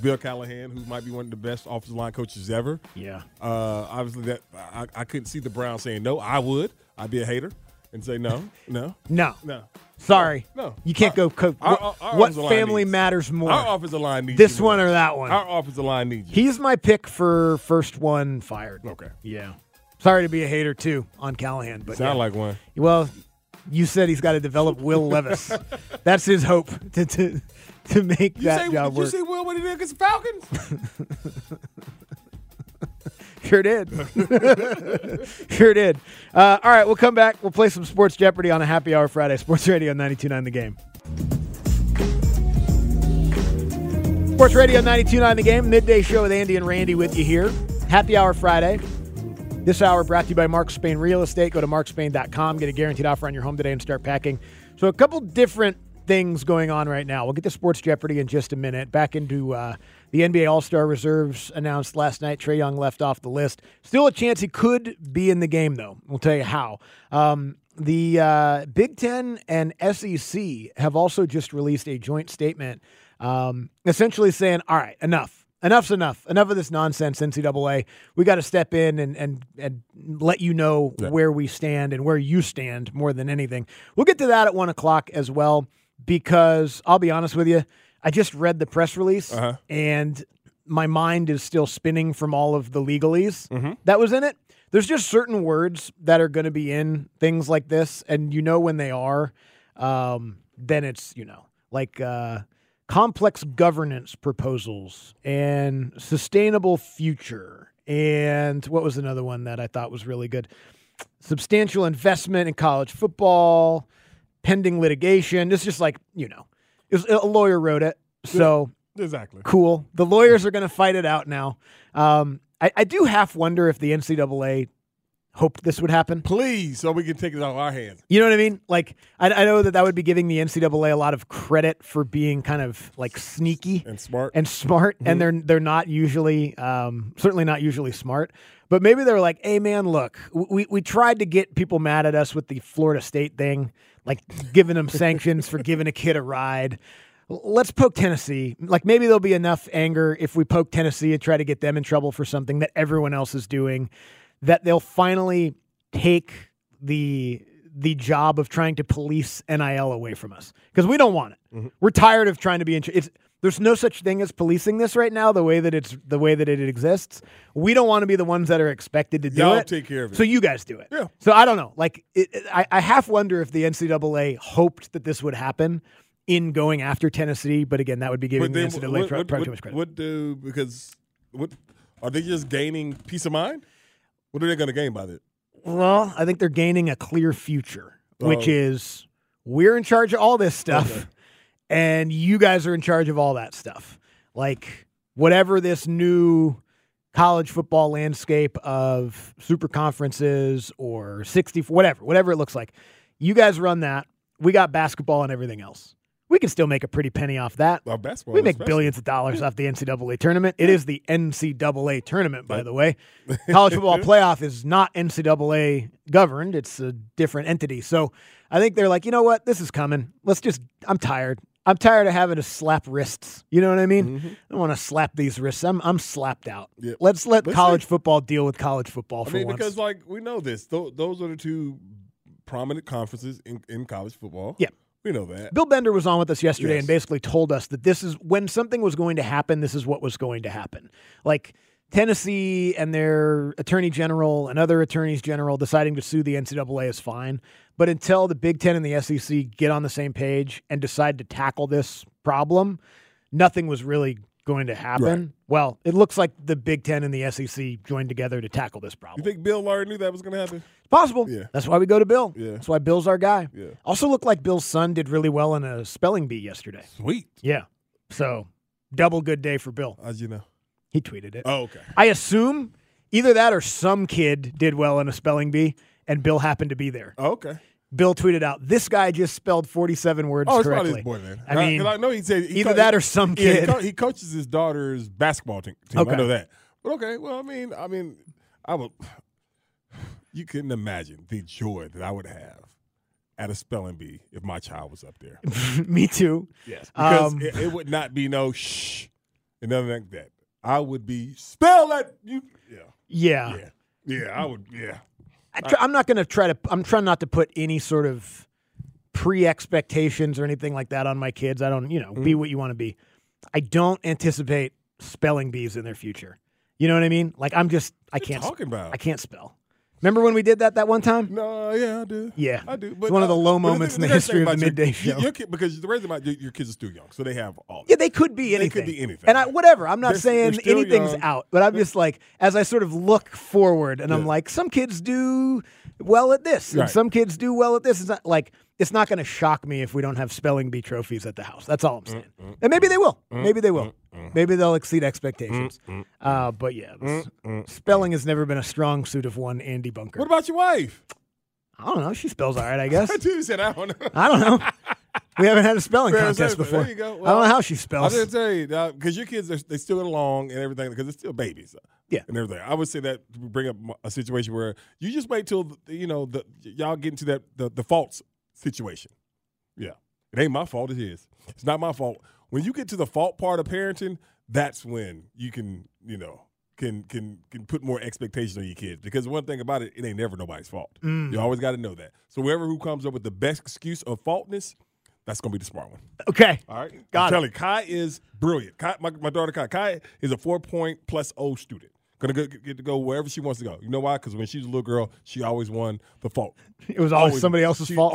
D: Bill Callahan, who might be one of the best offensive line coaches ever.
C: Yeah.
D: Uh, obviously, that I, I couldn't see the Browns saying no. I would. I'd be a hater and say no, no,
C: No.
D: no.
C: Sorry.
D: No.
C: You can't go coach.
D: Our-
C: What,
D: our- our
C: what
D: offensive line
C: family
D: needs-
C: matters more?
D: Our offensive line needs
C: this
D: you
C: one
D: more.
C: or that one?
D: Our offensive line needs you.
C: He's my pick for first one fired.
D: Okay.
C: Yeah. Sorry to be a hater too on Callahan, but
D: Sound
C: yeah.
D: like one.
C: Well, you said he's got to develop Will Levis. That's his hope to to, to make
D: You
C: that
D: say,
C: job
D: did you
C: work.
D: see Will when he did against the Falcons?
C: Sure did. sure did. Uh, all right, we'll come back. We'll play some Sports Jeopardy on a happy hour Friday. Sports Radio 92.9 The Game. Sports Radio 92.9 The Game, midday show with Andy and Randy with you here. Happy hour Friday. This hour brought to you by Mark Spain Real Estate. Go to markspain.com, get a guaranteed offer on your home today and start packing. So, a couple different things going on right now. We'll get to Sports Jeopardy in just a minute. Back into uh, the NBA All Star reserves announced last night. Trey Young left off the list. Still a chance he could be in the game, though. We'll tell you how. Um, the uh, Big Ten and SEC have also just released a joint statement um, essentially saying, all right, enough enough's enough. Enough of this nonsense, NCAA. We got to step in and and and let you know where we stand and where you stand more than anything. We'll get to that at one o'clock as well because I'll be honest with you, I just read the press release
D: Uh-huh.
C: and my mind is still spinning from all of the legalese that was in it. There's just certain words that are going to be in things like this, and you know when they are. Um, then it's you know like uh, complex governance proposals and sustainable future, and what was another one that I thought was really good? Substantial investment in college football, pending litigation. It's just like you know, it was, a lawyer wrote it, so
D: Exactly.
C: Cool. The lawyers are going to fight it out now. Um, I, I do half wonder if the NCAA hoped this would happen.
D: Please, so we can take it off our hands.
C: You know what I mean? Like, I, I know that that would be giving the NCAA a lot of credit for being kind of like sneaky
D: and smart
C: and smart,
D: Mhm.
C: and they're they're not usually, um, certainly not usually smart. But maybe they're like, hey man, look, w- we we tried to get people mad at us with the Florida State thing, like giving them sanctions for giving a kid a ride. L- Let's poke Tennessee. Like maybe there'll be enough anger if we poke Tennessee and try to get them in trouble for something that everyone else is doing, that they'll finally take the the job of trying to police NIL away from us because we don't want
D: Mm-hmm.
C: it. We're tired of trying to be in. ch- It's there's no such thing as policing this right now. The way that it's the way that it exists, we don't want to be the ones that are expected to do
D: Y'all
C: it.
D: take care of it.
C: So you guys do it. Yeah. So I don't know. Like it, it- I, I half wonder if the NCAA hoped that this would happen in going after Tennessee, but again, that would be giving the NCAA
D: what,
C: pro-
D: what-
C: probably
D: what-
C: too much credit.
D: what do because what are they just gaining peace of mind? What are they going to gain by that?
C: Well, I think they're gaining a clear future, which
D: Oh.
C: is we're in charge of all this stuff, and you guys are in charge of all that stuff. Like whatever this new college football landscape of super conferences or 60 whatever whatever it looks like you guys run that we got basketball and everything else we can still make a pretty penny off that
D: basketball
C: we make
D: especially.
C: billions of dollars off the ncaa tournament it is the ncaa tournament by the way college football playoff is not ncaa governed it's a different entity so i think they're like you know what this is coming let's just i'm tired i'm tired of having to slap wrists you know what i mean
D: Mm-hmm.
C: i don't want to slap these wrists i'm, I'm slapped out
D: Yeah.
C: let's let
D: Let's see.
C: college football deal with college football
D: I
C: for
D: mean,
C: once
D: because like we know this; Tho- those are the two prominent conferences in, in college football.
C: Yeah.
D: we know that.
C: Bill Bender was on with us yesterday
D: Yes.
C: and basically told us that this is when something was going to happen, this is what was going to happen. Like Tennessee and their attorney general and other attorneys general deciding to sue the NCAA is fine. But until the Big Ten and the SEC get on the same page and decide to tackle this problem, nothing was really going to happen.
D: Right.
C: Well, it looks like the Big Ten and the SEC joined together to tackle this problem.
D: You think Bill Lawyer knew that was going to happen?
C: It's possible.
D: Yeah.
C: That's why we go to Bill.
D: Yeah.
C: That's why Bill's our guy.
D: Yeah.
C: Also looked like Bill's son did really well in a spelling bee yesterday.
D: Sweet.
C: Yeah. So double good day for Bill.
D: How'd you know?
C: He tweeted it.
D: Oh, okay.
C: I assume either that or some kid did well in a spelling bee and Bill happened to be there.
D: Oh, okay.
C: Bill tweeted out, This guy just spelled forty seven words
D: Oh, it's probably
C: correctly.
D: his boy then.
C: I mean
D: I know he said he
C: either
D: co-
C: that or some
D: yeah, he
C: kid.
D: co- he coaches his daughter's basketball team. team.
C: Okay.
D: I know that. But okay, well, I mean, I mean, I would. You couldn't imagine the joy that I would have at a spelling bee if my child was up there.
C: Me too.
D: Yes, because
C: Um,
D: it, it would not be no shh and nothing like that. I would be spell that you. Yeah,
C: Yeah.
D: yeah, yeah. I would. Yeah,
C: I try, I'm not going to try to. I'm trying not to put any sort of pre expectations or anything like that on my kids. I don't, you know,
D: Mm.
C: be what you want to be. I don't anticipate spelling bees in their future. You know what I mean? Like I'm just, I
D: What you
C: can't sp-
D: talking about?
C: I can't spell. Remember when we did that that one time?
D: No, yeah, I do.
C: Yeah,
D: I do.
C: it's one of the low
D: but
C: moments in the
D: thing-
C: history of
D: thing
C: the
D: about your-
C: midday
D: your-
C: show.
D: your kid- because the reason about your, your kids are still young, so they have all.
C: Yeah, they could be anything.
D: could be anything.
C: And I, whatever, I'm not
D: They're- they're
C: saying
D: still
C: anything's
D: young.
C: out, but I'm just like, as I sort of look forward, and I'm like, some kids do well at this, and
D: Right.
C: some kids do well at this. It's not like it's not going to shock me if we don't have spelling bee trophies at the house. That's all I'm saying.
D: Mm,
C: And maybe they will. Maybe they will. Maybe they'll exceed expectations.
D: Mm,
C: Uh, but yeah, this- spelling has never been a strong suit of one Andy Bunker.
D: What about your wife?
C: I don't know. She spells all right, I guess.
D: I do said I don't know.
C: I don't know. We haven't had a spelling
D: Fair
C: contest
D: assessment.
C: before.
D: There you go.
C: I don't
D: Well,
C: know how she spells.
D: I'm gonna tell you because your kids are they still get along and everything because they're still babies.
C: Yeah.
D: and everything. I would say that to bring up a situation where you just wait till you know the, y'all get into that the, the faults situation. Yeah, it ain't my fault. It is. It's not my fault. When you get to the fault part of parenting, that's when you can you know can can can put more expectation on your kids because one thing about it, it ain't never nobody's fault.
C: Mm.
D: You always got to know that. So whoever who comes up with the best excuse of faultness, that's gonna be the smart one.
C: Okay.
D: All right.
C: Got
D: I'm
C: it.
D: telling you, Kai is brilliant. Kai, my, my daughter Kai, Kai is a four point plus O student. Gonna go, get to go wherever she wants to go. You know why? Because when she was a little girl, she always won the fault.
C: It was always somebody else's
D: she
C: fault.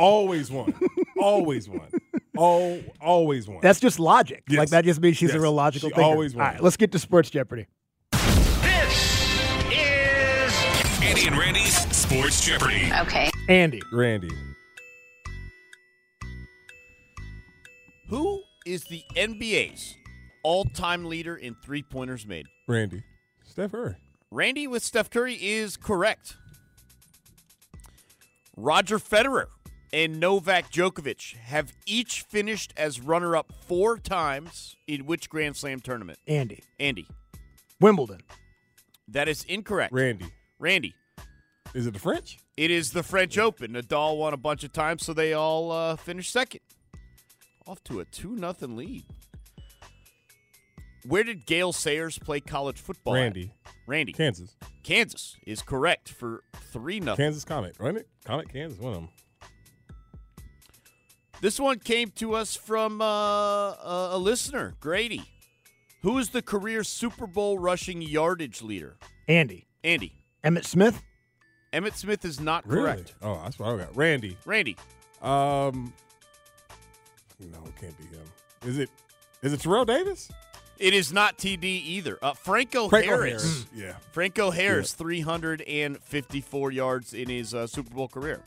D: Always won. always won. All, always won.
C: That's just logic. Like
D: Yes.
C: that just means she's a
D: Yes.
C: real logical
D: She
C: thinker.
D: always
C: All
D: won.
C: right, let's get to sports Jeopardy.
E: Andy and Randy's Sports Jeopardy.
J: Okay.
C: Andy,
D: Randy.
L: Who is the NBA's all-time leader in three-pointers made?
D: Randy. Steph Curry.
L: Randy with Steph Curry is correct. Roger Federer and Novak Djokovic have each finished as runner-up four times in which Grand Slam tournament?
C: Andy,
L: Andy,
C: Wimbledon.
L: that is incorrect.
D: Randy.
L: Randy,
D: Is it the French?
L: it is the French Open. Nadal won a bunch of times, so they all uh, finished second. Off to a 2 nothing lead. Where did Gail Sayers play college football? at?
D: Randy.
L: Randy.
D: Kansas.
L: Kansas is correct for 3 nothing.
D: Kansas Comet. Randy. Comet, Kansas. One of them.
L: This one came to us from uh, a a listener, Grady. Who is the career Super Bowl rushing yardage leader?
C: Andy,
L: Andy.
C: Emmett Smith.
L: Emmett Smith is not
D: Really?
L: correct.
D: Oh, that's what I got. Randy.
L: Randy.
D: Um, no, it can't be him. Is it? Is it Terrell Davis?
L: It is not TD either. Uh, Franco,
D: Franco
L: Harris.
D: Harris. Yeah.
L: Franco Harris, 354 yards in his uh, Super Bowl career.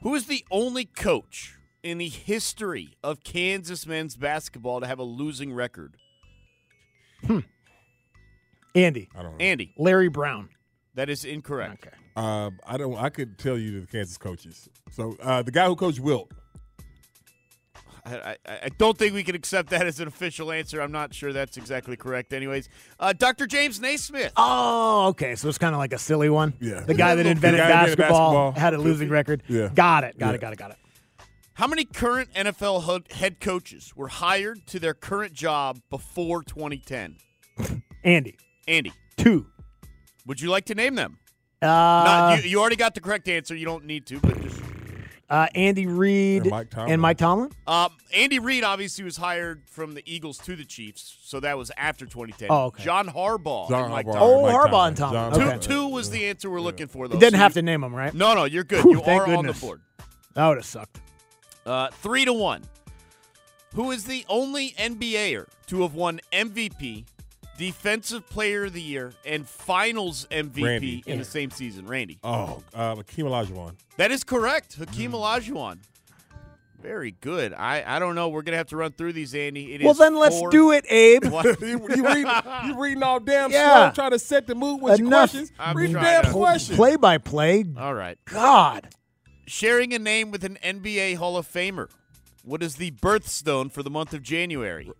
L: Who is the only coach in the history of Kansas men's basketball to have a losing record?
C: Mm. Andy,
D: I don't know.
L: Andy.
C: Larry Brown.
L: That is incorrect.
C: Okay.
D: Uh, I don't. I could tell you the Kansas coaches. So uh, the guy who coached Wilt.
L: I, I, I don't think we can accept that as an official answer. I'm not sure that's exactly correct, anyways. Uh, Dr. James Naismith.
C: Oh, okay. So it's kind of like a silly one.
D: Yeah.
C: The guy that
D: The
C: invented,
D: guy that invented
C: basketball,
D: basketball.
C: had a losing record.
D: Yeah.
C: Got it. Got
D: Yeah.
C: it. Got it. Got it.
L: How many current NFL ho- head coaches were hired to their current job before 2010?
C: Andy,
L: Andy,
C: two.
L: would you like to name them?
C: Uh,
L: Not- you, you already got the correct answer. You don't need to, but just.
C: uh, Andy Reid
D: And Mike Tomlin.
C: and Mike Tomlin.
L: Um, Andy Reid obviously was hired from the Eagles to the Chiefs, so that was after 2010.
C: Oh, okay.
L: John Harbaugh.
D: John
L: and Mike
D: Harbaugh.
L: Tomlin.
C: Oh,
D: Mike
C: Harbaugh
D: Tomlin.
C: and Tomlin.
D: John
L: Two,
C: Okay.
D: Harbaugh.
L: two was the answer we're looking for, though.
C: Didn't
L: so
C: have
L: you-
C: to name him, right?
L: No, no, you're good.
C: Whew,
L: you
C: thank
L: are on the
C: goodness.
L: board.
C: That would have sucked.
L: Uh, three to one. Who is the only NBAer to have won MVP, Defensive Player of the Year, and Finals MVP
D: Randy.
L: in the same season? Randy.
D: Oh, uh, Hakeem Olajuwon.
L: That is correct.
C: Mm.
L: Hakeem Olajuwon. Very good. I, I don't know. We're gonna have to run through these, Andy. It
C: Well,
L: is
C: then let's
L: four-
C: do it, Abe.
L: One-
D: you, you, read, you reading all damn
C: Yeah.
D: slow, trying to set the mood with
C: Enough.
D: your questions.
L: I'm
D: Read the
L: trying
D: damn
L: to-
D: questions.
C: Play by play.
L: All right.
C: God.
L: Sharing a name with an NBA Hall of Famer. What is the birthstone for the month of January?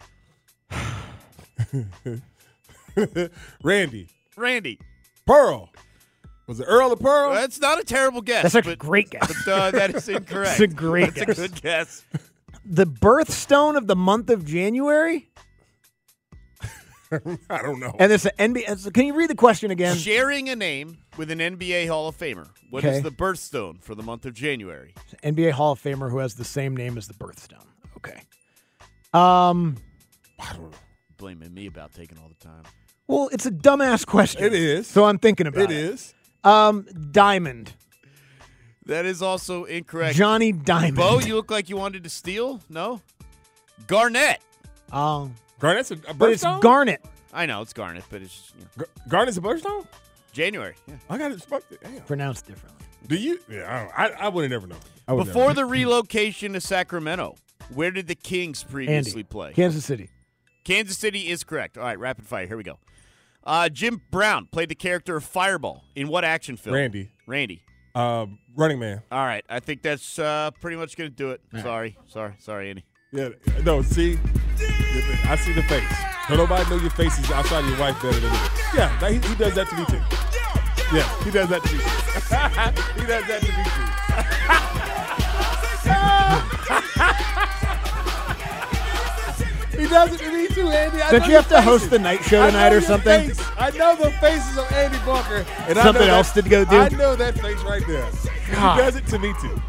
D: Randy
L: Randy.
D: Pearl. Was it Earl or Pearl?
L: That's not a terrible guess.
C: That's a
L: but-
C: great guess.
L: But, uh, that is incorrect.
C: That's a great
L: That's
C: guess.
L: a good guess.
C: the birthstone of the month of January?
D: I don't know.
C: And there's an NBA. so Can you read the question again?
L: Sharing a name with an NBA Hall of Famer. What is
C: Okay.
L: the birthstone for the month of January?
C: NBA Hall of Famer who has the same name as the birthstone. Okay. Um.
D: I don't know.
L: Blaming me about taking all the time.
C: Well, it's a dumbass question.
D: It is.
C: So I'm thinking about it.
D: It is.
C: Um, Diamond.
L: That is also incorrect.
C: Johnny Diamond.
L: Bo, you look like you wanted to steal. No, Garnett.
C: Um,
D: Garnett's a, a
C: but it's
D: birthstone?
C: Garnet.
L: I know it's Garnet, but it's just, you know,
D: Gar- Garnett's a birthstone?
L: January. Yeah.
D: I got it. fuck it, Damn.
C: Pronounced differently.
D: Do you? Yeah, I, don't, I, I would have never known. I would've
L: Before
D: never-
L: the relocation to Sacramento, where did the Kings previously
C: Andy.
L: play?
C: Kansas City.
L: Kansas City is correct. All right, rapid fire. Here we go. Uh, Jim Brown played the character of Fireball in what action film?
D: Randy.
L: Randy.
D: Uh, running man.
L: All right, I think that's uh, pretty much going to do it. Sorry, sorry, sorry, Andy.
D: Yeah. No, see? I see the face. Don't nobody know your faces outside of your wife better than me. Yeah, like, he, he does that to me too. Yeah, he does that to me too. he does that to me too. He does it to me too, Andy. I
C: Don't
D: know
C: you
D: your
C: have to host
D: faces.
C: the night show
D: I know
C: tonight or
D: your
C: something?
D: face. I know the faces of Andy Barker. And I
C: Something
D: know that-
C: else to go do?
D: I know that face right there.
C: God.
D: He does it to me too.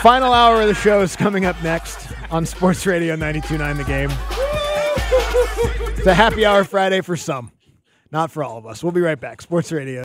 C: Final hour of the show is coming up next on Sports Radio 92.9 The Game. It's a happy hour Friday for some, not for all of us. We'll be right back. Sports Radio.